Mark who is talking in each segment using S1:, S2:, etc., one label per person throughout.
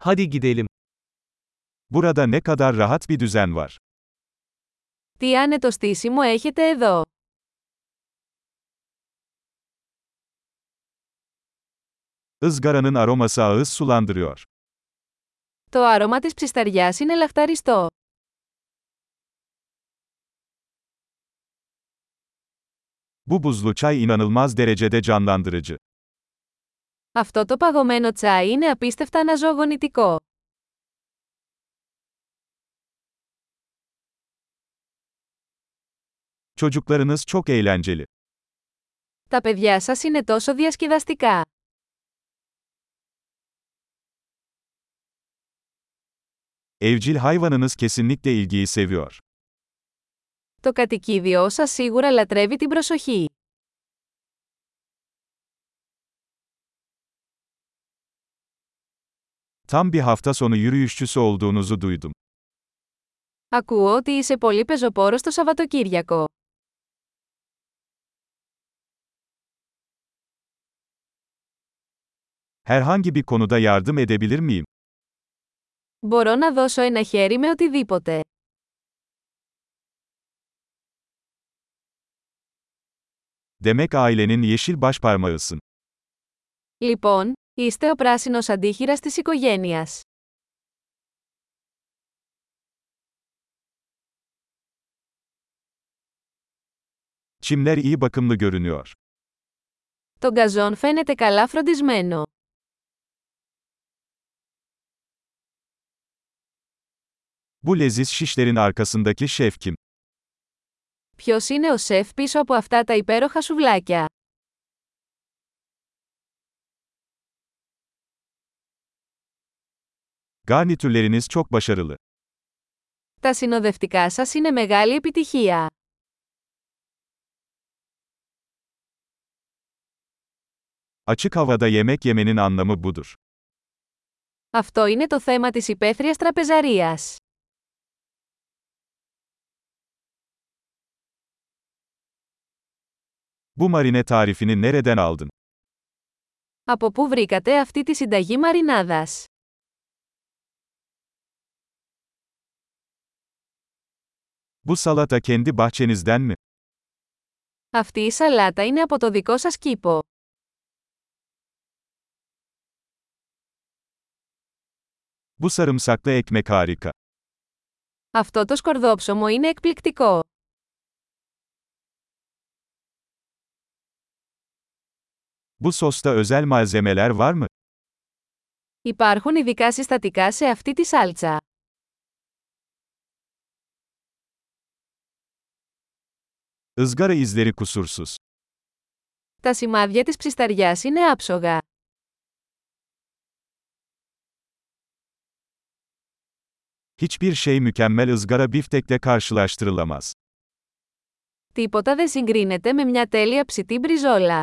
S1: Hadi gidelim.
S2: Burada ne kadar rahat bir düzen var.
S3: Τι άνετο στήσιμο έχετε εδώ.
S2: Izgaranın aroması ağız sulandırıyor.
S3: Το άρωμα της ψισταριάς είναι λαχταριστό.
S2: Bu buzlu çay inanılmaz derecede canlandırıcı.
S3: Αυτό το παγωμένο τσάι είναι απίστευτα αναζωογονητικό.
S2: Çocuklarınız çok eğlenceli.
S3: Τα παιδιά σας είναι τόσο διασκεδαστικά.
S2: Evcil hayvanınız kesinlikle ilgiyi seviyor.
S3: Το κατοικίδιό σας σίγουρα λατρεύει την προσοχή.
S2: Tam bir hafta sonu yürüyüşçüsü olduğunuzu duydum.
S3: Ακούω ότι είσαι πολύ πεζοπόρος το Σαββατοκύριακο.
S2: Herhangi bir konuda yardım edebilir miyim?
S3: Μπορώ να δώσω ένα χέρι με οτιδήποτε.
S2: Demek ailenin yeşil başparmağısın.
S3: Λοιπόν, είστε ο πράσινος αντίχειρας της οικογένειας.
S2: Çimler iyi bakımlı görünüyor.
S3: Το γκαζόν φαίνεται καλά φροντισμένο.
S2: Bu leziz şişlerin arkasındaki şef kim?
S3: Ποιος είναι ο σεφ πίσω από αυτά τα υπέροχα σουβλάκια.
S2: Garnitürleriniz çok başarılı.
S3: Τα συνοδευτικά σας είναι μεγάλη επιτυχία.
S2: Açık havada yemek yemenin anlamı budur.
S3: Αυτό είναι το θέμα της υπαίθριας τραπεζαρίας.
S2: Bu marine tarifini nereden aldın?
S3: Από πού βρήκατε αυτή τη συνταγή μαρινάδας.
S2: Bu salata kendi bahçenizden mi?
S3: Αυτή η σαλάτα είναι από το δικό σας κήπο.
S2: Bu sarımsaklı ekmek harika.
S3: Αυτό το σκορδόψωμο είναι εκπληκτικό.
S2: Bu sosta özel malzemeler var mı?
S3: Υπάρχουν ειδικά συστατικά σε αυτή τη σάλτσα.
S2: Izgara izleri kusursuz.
S3: Τα σημάδια της ψισταριάς είναι άψογα.
S2: Hiçbir şey mükemmel ızgara biftekle karşılaştırılamaz.
S3: Τίποτα δεν συγκρίνεται με μια τέλεια ψητή μπριζόλα.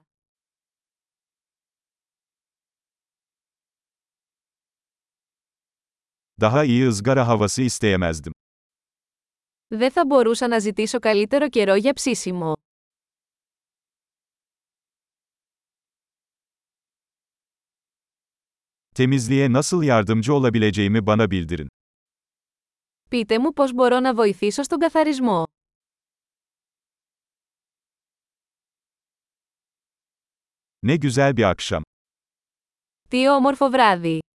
S2: Daha iyi ızgara havası isteyemezdim.
S3: Δεν θα μπορούσα να ζητήσω καλύτερο καιρό για ψήσιμο.
S2: Temizliğe nasıl yardımcı olabileceğimi bana bildirin.
S3: Πείτε μου πώς μπορώ να βοηθήσω στον καθαρισμό.
S2: Ne güzel bir akşam.
S3: Τι όμορφο βράδυ!